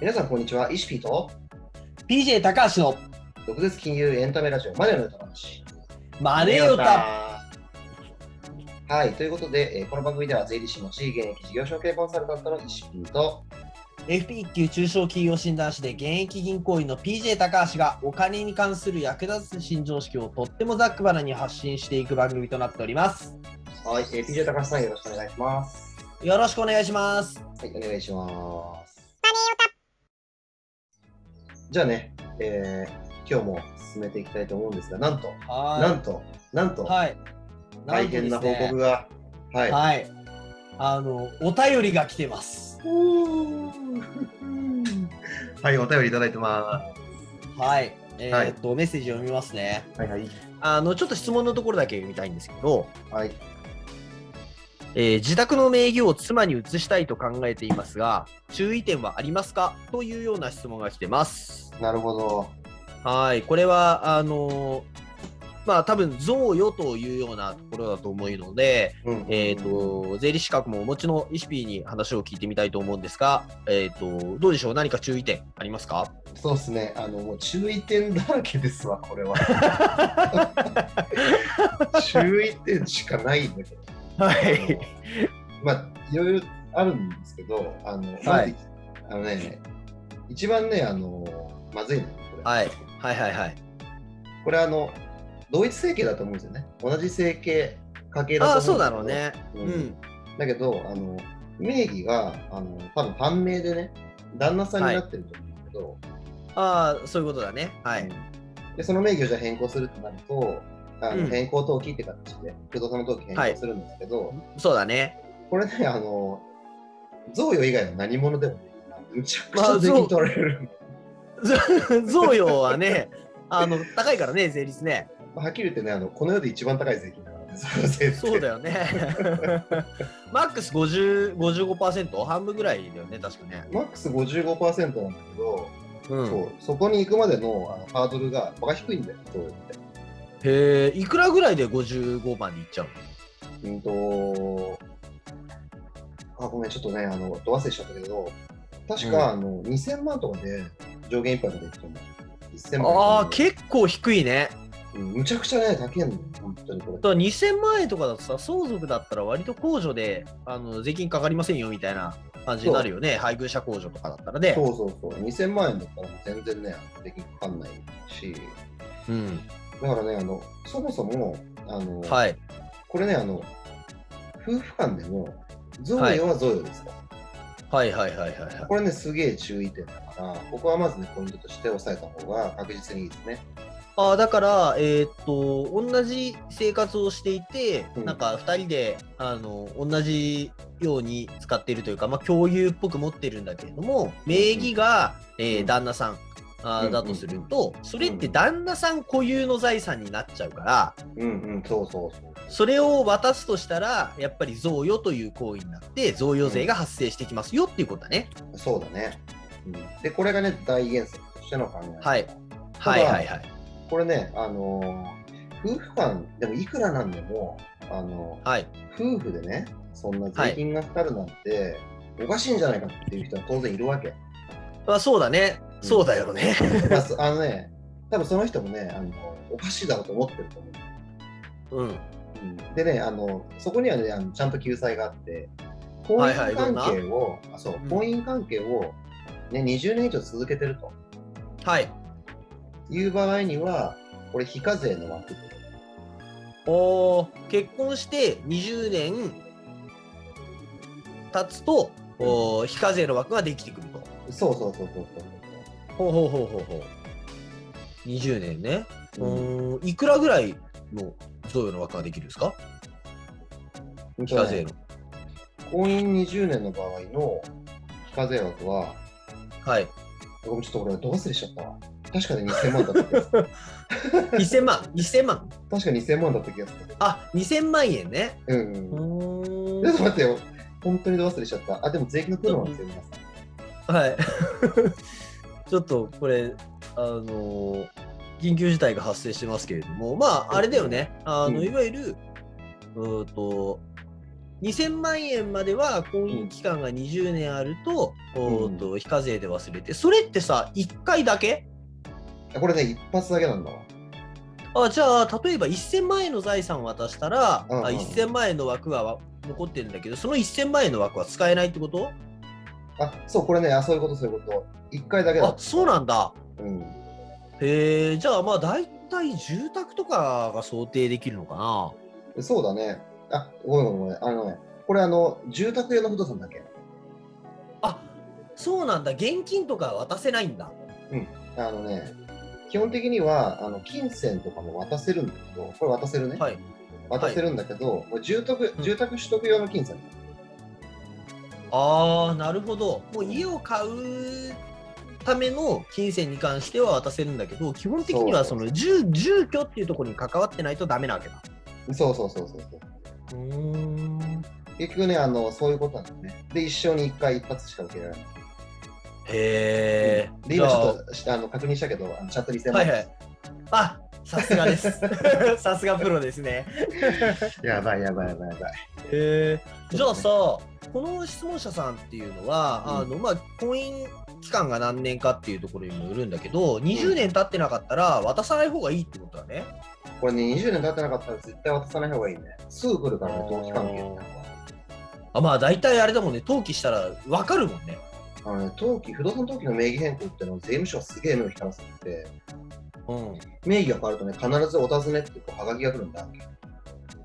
皆さん、こんにちは。イシピーと、 PJ 高橋の毒舌金融エンタメラジオ、マネの歌話。マネオタ。はい、ということで、えーこの番組では税理士の地位現役事業承継コンサルタントのイシピーと、 FP1 級中小企業診断士で現役銀行員の PJ 高橋がお金に関する役立つ新常識をとってもざっくばらに発信していく番組となっております。はい、えー、PJ 高橋さん、よろしくお願いします。よろしくお願いします。はい、お願いします。じゃあね、えー今日も進めていきたいと思うんですが、なんと、なはんと、なんい。と、はい。大変な報告が、はい、はい。あの、お便りが来てます。はい、お便りいただいてまはい。えーっと、メッセージ読みますね。す。はいはい。あの、ちょっと質問のところだけ読みたいんですけど、はい。えー自宅の名義を妻に移したいと考えていますが注意点はありますかというような質問が来てます。なるほど。はいこれはあのーまあ多分贈与というようなところだと思うので、うんえー、と税理士資格もお持ちのイシピーに話を聞いてみたいと思うんですが、えー、とどうでしょう何か注意点ありますかそうですね。あの、もう注意点だらけですわ、これ は。注意点しかないんだけど。はあのまあ、いろいろあるんですけど、あの、はいまずあのね、一番ね、あの、まずいの、これ。はいはいはいはい。これ、あの、同一整形だと思うんですよね。同じ整形、家系だと思あんですけあどそうだろう。ね。うん。だけど、あの名義があの多分判明でね、旦那さんになってると思うんだけど、ああそういうことだね。はい。でその名義をじゃあ変更するってなると、あのうん変更登記って形で、不動産の登記変更するんですけど、そうだね。これね、あの贈与以外の何者でもね、むちゃくちまゃあ税金贈取られる。 贈与はね、あの高いからね、税率ね。まあはっきり言ってねあの、この世で一番高い税金だからね、その税って そうだよね。マックス50 55%、半分ぐらいだよね、確かね。マックス55%なんだけど、うん、そへうそこに行くまでのあのハードルがバカ低いんだよ、贈与って。え、いくらぐらいで55万にいっちゃううんと、あ、ごめん、ちょっとね、あの、ど忘れしちゃったけど、確か、あの、2000万とかで上限いっぱいまでいくと思う。1000の万。ああー、結構低いね。うんむちゃくちゃね、高いの、本当にこれだ。から2000万円とかだとさ、相続だったら割と控除であの税金かかりませんよみたいな感じになるよね、配偶者控除とかだったらね。そうそうそう、2000万円だったら全然ね、税金かかんないし、うん、だからね、あの、そもそも、あの、はい。これね、あの、夫婦間でも、贈与は贈与ですから、はいはいはいはいはい。これね、すげえ注意点だから、ここはまずね、ポイントとして押さえた方が確実にいいですね。あーだから、えーっと同じ生活をしていて、うんなんか2人であの同じように使っているというか、まあ、共有っぽく持ってるんだけれども名義が、えーうん旦那さんあーうんだとすると、それって旦那さん固有の財産になっちゃうからうんうん、そうそうそう。それを渡すとしたらやっぱり贈与という行為になって贈与税が発生してきますよっていうことだね。そうだね。うんで、これがね、大原則としての考え。はい、はいはいはい。これね、あのー夫婦間、でもいくらなんでも、あのはい、ー夫婦でね、そんな税金がかかるなんて、おかしいんじゃないかっていう人は当然いるわけ。まあ、そうだね、そうだよね。まあそあのね、多分その人もね、あのおかしいだろうと思ってると思う。うん、うんでね、あのそこにはねあの、ちゃんと救済があって、婚はいは姻いどん関な係を、あそううん婚姻関係を、ね、20年以上続けてると。はいいう場合には、これ、非課税の枠おー結婚して20年経つと、おー非課税の枠ができてくると。そうそうそうそうほうほうほうほうほう。20年ね。そう、うんうーんいくらぐらいの贈与の枠ができるんですか非課税の。婚姻20年の場合の非課税額は、はい。ごめん、ちょっと俺、ど忘れしちゃったわ。確かに2000万だった気がする。 1000万、1000万。確か2000万だった気がする。あ、2000万円ね。うん、ううん。ーんちょっと待ってよ。本当にど忘れしちゃった。あ、でも税金のプロなんですよ、皆さん。はい。 ちょっとこれ、あのー緊急事態が発生してますけれども、まあ、あれだよね、あのうんいわゆる、うーんと、 2000万円までは婚姻期間が20年あると,、おーっと非課税で忘れてそれってさ1回だけあこれね、一発だけなんだわ。あじゃあ例えば1000万円の財産を渡したら、うんうんあ1000万円の枠はわ残ってるんだけどその1000万円の枠は使えないってことあ、そう、これね、あ、そういうこと、そういうこと。一回だけだ。あそうなんだうん。へえじゃあまあ大体住宅とかが想定できるのかなそうだね。あ、ごめんごめんごめん。あのね、これあの、住宅用の不動産だけ。あそうなんだ現金とかは渡せないんだあのね、基本的には、あの、金銭とかも渡せるんだけど、これ渡せるね。はい渡せるんだけど、もう住宅、住宅取得用の金銭。ああなるほどもう家を買うための金銭に関しては渡せるんだけど基本的にはそそうの住住居っていうところに関わってないとダメなわけだそうそうそうそうそう。うーん結局ね、あの、そういうことなんだよね。で、一生に一回一発しか受けられない。へえで、今ちょっとしあの確認したけど、あのチャット2000万。はいはいあさすがです さすがプロですねやばいやばいやばいやばい。へえじゃあさそこの質問者さんっていうのは、うあのまあ婚姻期間が何年かっていうところにもよるんだけど20年経ってなかったら渡さない方がいいってことだねこれね、20年経ってなかったら絶対渡さない方がいいね。すぐ来るからね、長期関係って。あまあ大体あれだもんね登記したら分かるもんねあのね、登記、不動産登記の名義変更ってのは税務署はすげえ目を光らせてて、うん名義が変わるとね、必ずお尋ねってこうはがきが来るんだ。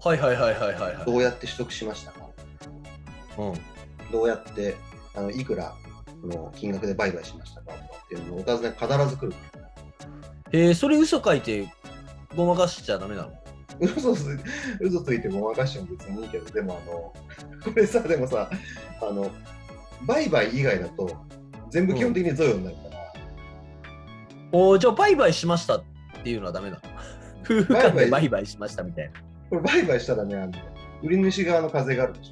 はいはいはいはいはいはいどうやって取得しましたかうんどうやって、あのいくらの金額で売買しましたかっていうのをお尋ね必ず来る。えー、それ嘘書いてごまかしちゃダメなの嘘つ嘘ついてごまかしても別にいいけど、でもあの、これさ、でもさ、あの、売買以外だと、全部基本的に贈与になるから、おーじゃあ売買しましたっていうのはダメなの夫婦間で売買しましたみたいこれ売買したらね、あの売り主側の課税があるでし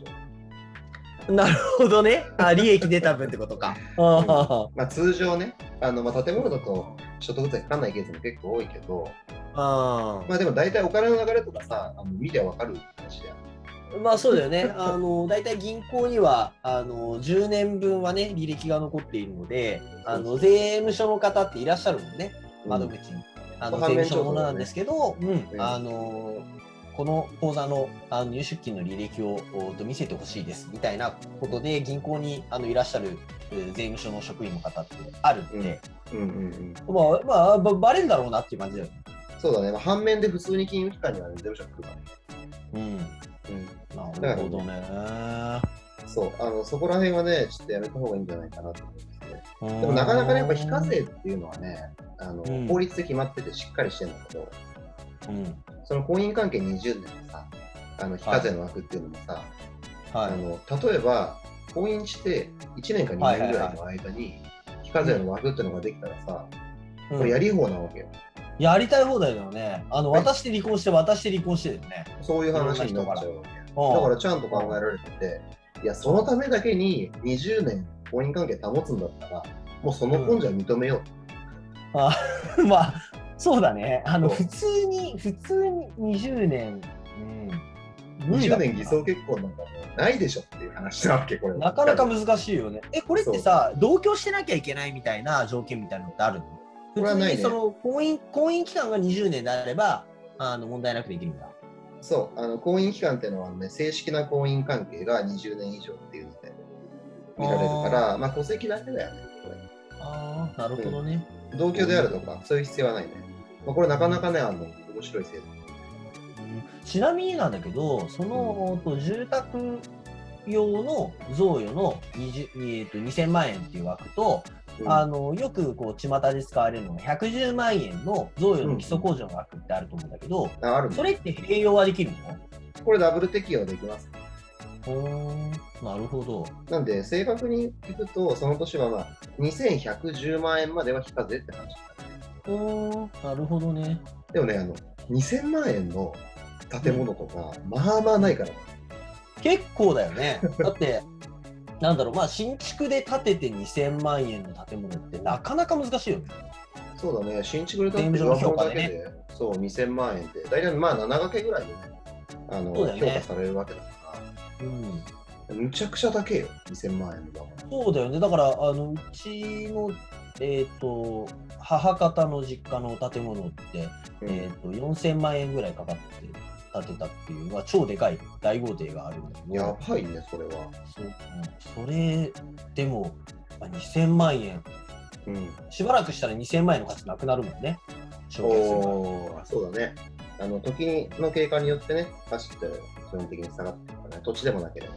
ょ。ななるほどねあ利益出た分ってことかあまあ、通常ね、あのまあ建物だと所得税かかんないケースも結構多いけど、ーあまあ、でも大体お金の流れとかさ、あの見てわかる話だよ。ーまあそうだよね あの大体銀行にはあの10年分はね履歴が残っているのであの税務署の方っていらっしゃるもんね窓口に、あの税反務面署調の査ものなんですけど、うんうんあのこの口座のあの入出金の履歴をおと見せてほしいですみたいなことで銀行にあのいらっしゃるえー税務署の職員の方ってあるんで、うんうんうん、まあまあばバレんだろうなっていう感じだよね。そうだね、まあ、反面で普通に金融機関には、ね、税務署来るからね。うん、うなるほどね。ん、そうあのそこら辺はね、ちょっとやめた方がいいんじゃないかなと思うんですね。ででもなかなかね、やっぱ非課税っていうのはね、あのうん法律で決まっててしっかりしてるんだけど、うん、その婚姻関係20年のさ、あの非課税の枠っていうのもさ、はあい。の例えば婚姻して1年か2年ぐらいの間に非課税の枠ってのができたらさ、これややりり方なわけよ、やりたい放題だよね。あのはい渡して離婚して渡して離婚してだよね。そういう話になっちゃうわけうんだからちゃんと考えられてていやそのためだけに20年婚姻関係保つんだったらもうその根性は認めよう、 まあそうだねあのそう普通に普通に20年、うん、無理だ20年もんな偽装結婚なんかもうないでしょっていう話なわけこれはなかなか難しいよねえこれってさ同居してなきゃいけないみたいな条件みたいなのってあるのこれはないね普通にその婚姻婚姻期間が20年であればあの問題なくできるんだそうあの婚姻期間っていうのは、ね、正式な婚姻関係が20年以上っていうので見られるからまあ戸籍だけだよねこれああなるほどね、同居であるとか、そういう必要はないね。まあ、これなかなかね、あの、面白い制度。うんちなみになんだけどその、と住宅用の贈与の20、えーと2000万円っていう枠と、うんあのよくこう巷で使われるのが110万円の贈与の基礎控除の額ってあると思うんだけど、ああるそのれって併用はできるこれダブル適用できます。のなるほど。なんで、正確に聞くと、その年はまあ、2110万円までは非課税って話になる。なるほどね。でもね、あの、2000万円の建物とか、まあまあないから。結構だよ ね。だって、なんだろう、まあ、新築で建てて2000万円の建物ってなかなか難しいよね。そうだね、新築で建って税上務署の本だ評価でけねで、そう、2000万円で、大体まあ、7掛けぐらいでね、あの、そうだよね評価されるわけだから。うん、むちゃくちゃ高えよ、2000万円の。そうだよねだからあのうちのえっ、と母方の実家の建物って、うんえっと4000万円ぐらいかかって建てたっていう、まあ、超でかい大豪邸があるんだけどやばいね、それは。そうそれでも、まあ、2000万円うん。しばらくしたら2000万円の価値なくなるもんね消去するからおーそうだね。あの時の経過によってね、走って基本的に下がっていくからね、土地でもなければ。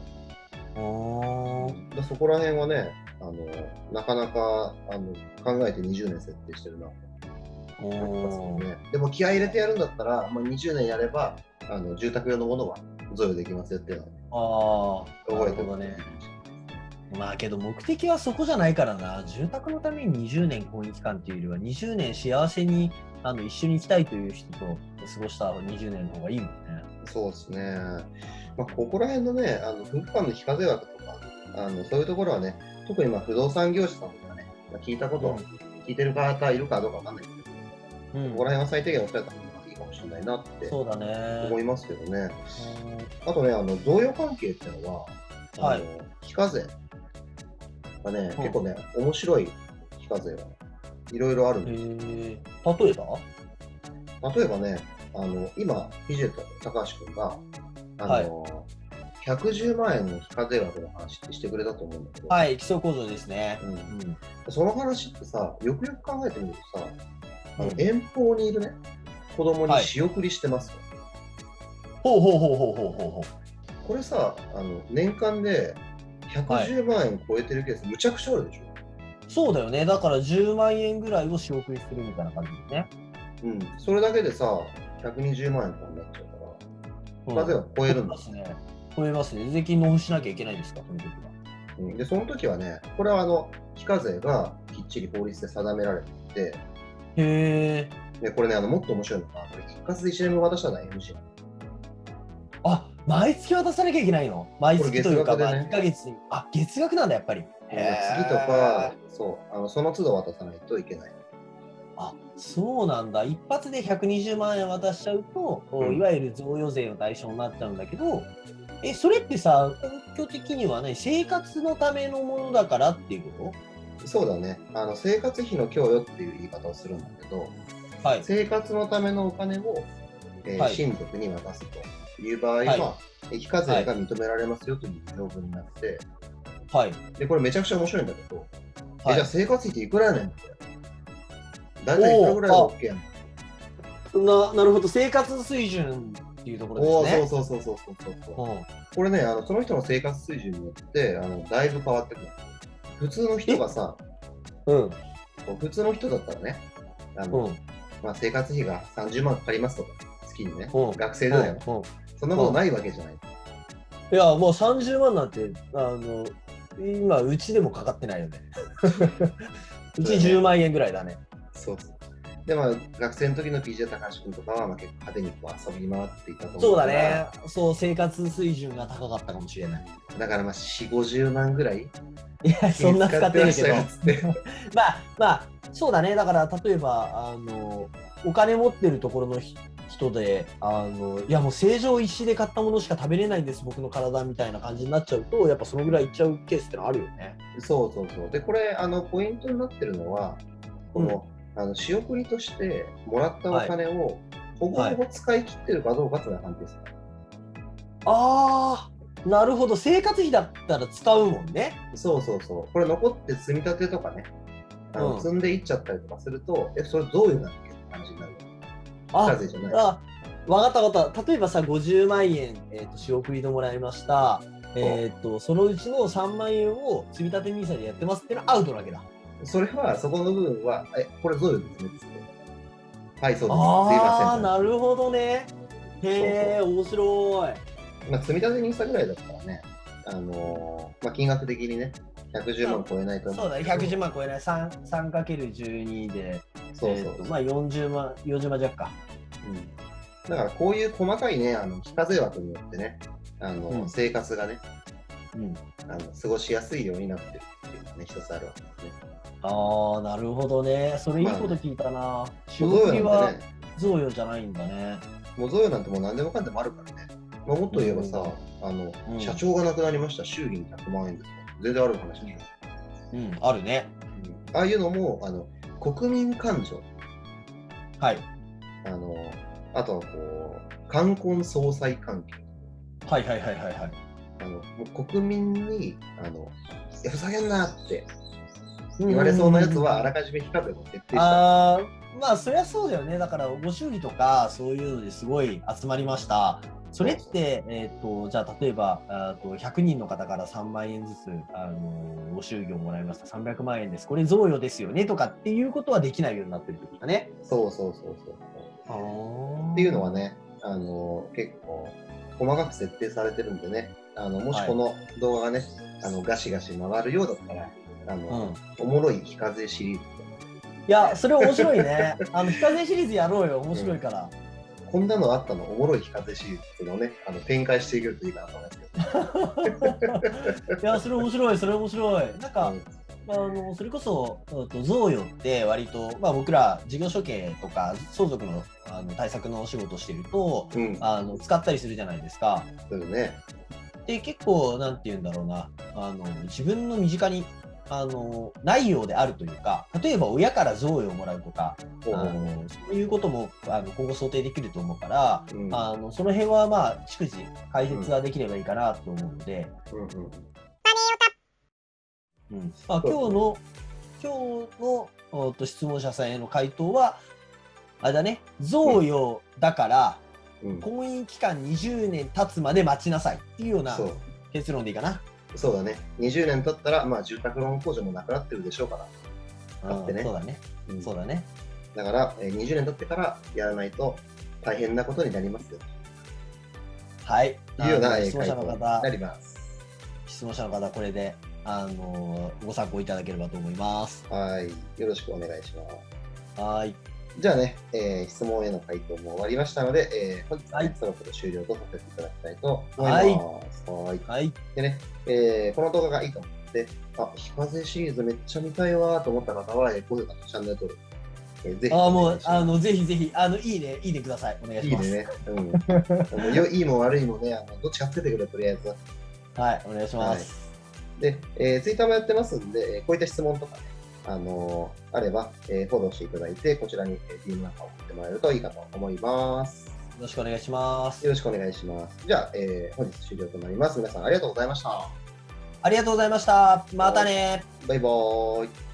おーでそこら辺はね、あのなかなかあの考えて20年設定してるなと思いますよおーね。でも気合い入れてやるんだったら、まあ、20年やればあの住宅用のものは贈与できますよっていうのはああな覚るえてほおどくねまあけど目的はそこじゃないからな住宅のために20年婚姻期間っていうよりは20年幸せにあの一緒に行きたいという人と過ごした20年の方がいいもんねそうですね。まあ、ここら辺のね、あの夫婦間の非課税枠とかあの、そういうところはね、特にまあ不動産業者さんとかね、まあ聞いたこと、聞いてる方いるかどうかわかんないけど、うんここら辺は最低限抑えた方がいいかもしれないなってそうだね思いますけどね。あとね、あの贈与関係っていうのは、はあいの非課税がね、うん結構ね、面白い非課税がいろいろあるんえでー、例えばす。例えばね、あの今、ヒジェと高橋君が、あの110万円の非課税額の話ってしてくれたと思うんだけど、はい基礎構造ですねううんんその話ってさ、よくよく考えてみるとさ、あのうん遠方にいるね、子供にはい仕送りしてますよ、ほうほうほうほうほうほうほうこれさあの、年間で110万円超えてるケース、むちゃくちゃあるでしょ。そうだよねだから10万円ぐらいを仕送りするみたいな感じですね、うん、それだけでさ、120万円とかになっちゃうから、うん課税は超えるんまだ、すね超えますね税金納付しなきゃいけないんですかその時はうんで、その時はね、これはあの非課税がきっちり法律で定められていて、へえでこれね、あのもっと面白いのが、これ一括で1年分渡したのは NG。あ毎月渡さなきゃいけないの毎月というか、これ月額でまねあ2ヶ月にあ月額なんだやっぱり次とか、そうあの、その都度渡さないといけない。あそうなんだ一発で120万円渡しちゃうと、うんいわゆる贈与税の対象になっちゃうんだけどえそれってさ根拠的にはね生活のためのものだからっていうこそうだねあの、生活費の供与っていう言い方をするんだけど、とはい生活のためのお金を、えーはい親族に渡すという場合は、え非課税が認められますよという条文になって、はいで、これめちゃくちゃ面白いんだけど、はえいじゃあ生活費っていくらやねんって。大体いくらぐらいが OK やねん。ななるほど生活水準っていうところですねーそうそうそうそうそうそう。うんこれねあの、その人の生活水準によってあのだいぶ変わってくる。普通の人がさ、うんこう普通の人だったらね、あのうんまあ、生活費が30万かかりますとか、月にね、うん学生だよ、うんそんなことないわけじゃない。いやもう30万なんてあの今うちでもかかってないよ ねうち10万円ぐらいだねそうそう。で、まあ、学生の時の PJ 高橋君とかは、まあ、結構派手にこう遊び回っていたと思うそうだからね。そう生活水準が高かったかもしれないだから、まあ、4、50万ぐらい。いや そんな使ってる気けにどましたよつって まあまあそうだねだから例えばあのお金持ってるところのひ人であのいやもう成城石井で買ったものしか食べれないんです僕の体みたいな感じになっちゃうとやっぱそのぐらいいっちゃうケースってのあるよねそうそうそう。で、これ、あの、ポイントになってるのは、この、あの、仕送りとしてもらったお金を、ほぼほぼ使い切ってるかどうかっていうのは判定する。ああなるほど生活費だったら使うもんねそうそうそう。これ残って積み立てとかね、あのうん積んでいっちゃったりとかすると、え、それどういうなるっけって話になる。あ課税じゃない。あわかったわかった例えばさ50万円、えー、と仕送りでもらいました、えー、とそのうちの3万円を積み立て NISA でやってますってのはアウトなわけだそれは、そこの部分は、え、これどういうですねはい、そうです。すいあまあせん。なるほどねへえ面白いまあ、積み立て NISA ぐらいだったらね、あのーまあ、金額的にね、110万超えないと思う。そうだね110万超えない 3×12 で、そうえそうーそとう、まあ、40万40万弱かうんだから、こういう細かいね、あの非課税枠によってね、あのうん生活がねうんあの、過ごしやすいようになってるっていうのがね、一つあるわけですね。ああなるほどねそれいいこと聞いたな、仕もう贈送与りなんはてね、贈与じゃないんだねもう贈与なんてもう何でもかんでもあるからね。まあ、もっと言えばさ、あのうん社長が亡くなりました、祝儀に100万円ですから全然ある話でしょ。うん、あるね。ああいうのもあの国民感情はい。あのあとはこう冠婚葬祭関係はいはいはいはいはい。あのもう国民にあのいやふざけんなって言われそうなやつはあらかじめ非課税を徹底したあーまあそりゃそうだよねだからご祝儀とかそういうのですごい集まりましたそれって、えー、とじゃあ例えばあーと100人の方から3万円ずつ、あのーご祝儀をもらいました300万円ですこれ贈与ですよねとかっていうことはできないようになってるってことだね。そうそうそうそうっっていうのはねあの結構細かく設定されてるんでねあのもしこの動画がね、あのガシガシ回るようだったらあうの、ん、いおもろい非課税シリーズやそれ面白 いねあの非課税シリーズやろうよ面白いから、こんなのあったのおもろい非課税シリーズっていうのをねあの展開していけるといいかなと思いますけど、 いやそれ面白いそれ面白いなんか、うんあのそれこそ、うんと贈与って割と、まあ、僕ら事業所系とか相続のあの対策のお仕事してるとうん、あの使ったりするじゃないですか。そうよね。で結構なんて言うんだろうなあの自分の身近にあのないようであるというか例えば親から贈与をもらうとかあほうほうのそういうこともあの今後想定できると思うから。うんあのその辺はまあ逐次解説はできればいいかなと思うので、うんうんうんまあ、今日の今日のおっと質問者さんへの回答はあれだね贈与だから、うん婚姻期間20年経つまで待ちなさいっていうようなそう結論でいいかな。そうだね20年経ったら、まあ、住宅ローン控除もなくなってるでしょうから、だってねうんそうだね、うんそうだね。だから、えー20年経ってからやらないと大変なことになりますよはい。というようなあのえー質問者の回答に方な、ります質問者の方これであのーご参考いただければと思います。はいよろしくお願いしますはーい。じゃあね、えー質問への回答も終わりましたので、えー本日はね、はいそろそろ終了とさせていただきたいと思いはいます。はいはい。でね、えーこの動画がいいと思って、あ、非課税シリーズめっちゃ見たいわーと思った方は、えー高評価とチャンネル登録、えーぜひあーおも願ういします。あのぜひぜひあのいいねいいねくださいお願いいしいます。ね。うんあのよ。いいも悪いもね、あのどっちかつけてくれ、とりあえず。はいお願いします。で、えー、ツイッターもやってますんで、えーこういった質問とかね、あのーあれば、えーフォローしていただいて、こちらにえー DM なんか送ってもらえるといいかと思います。よろしくお願いしますよ。ろしくお願いします。じゃあ、えー本日終了となります。皆さんありがとうございました。ありがとうございました。またねバイバーイ。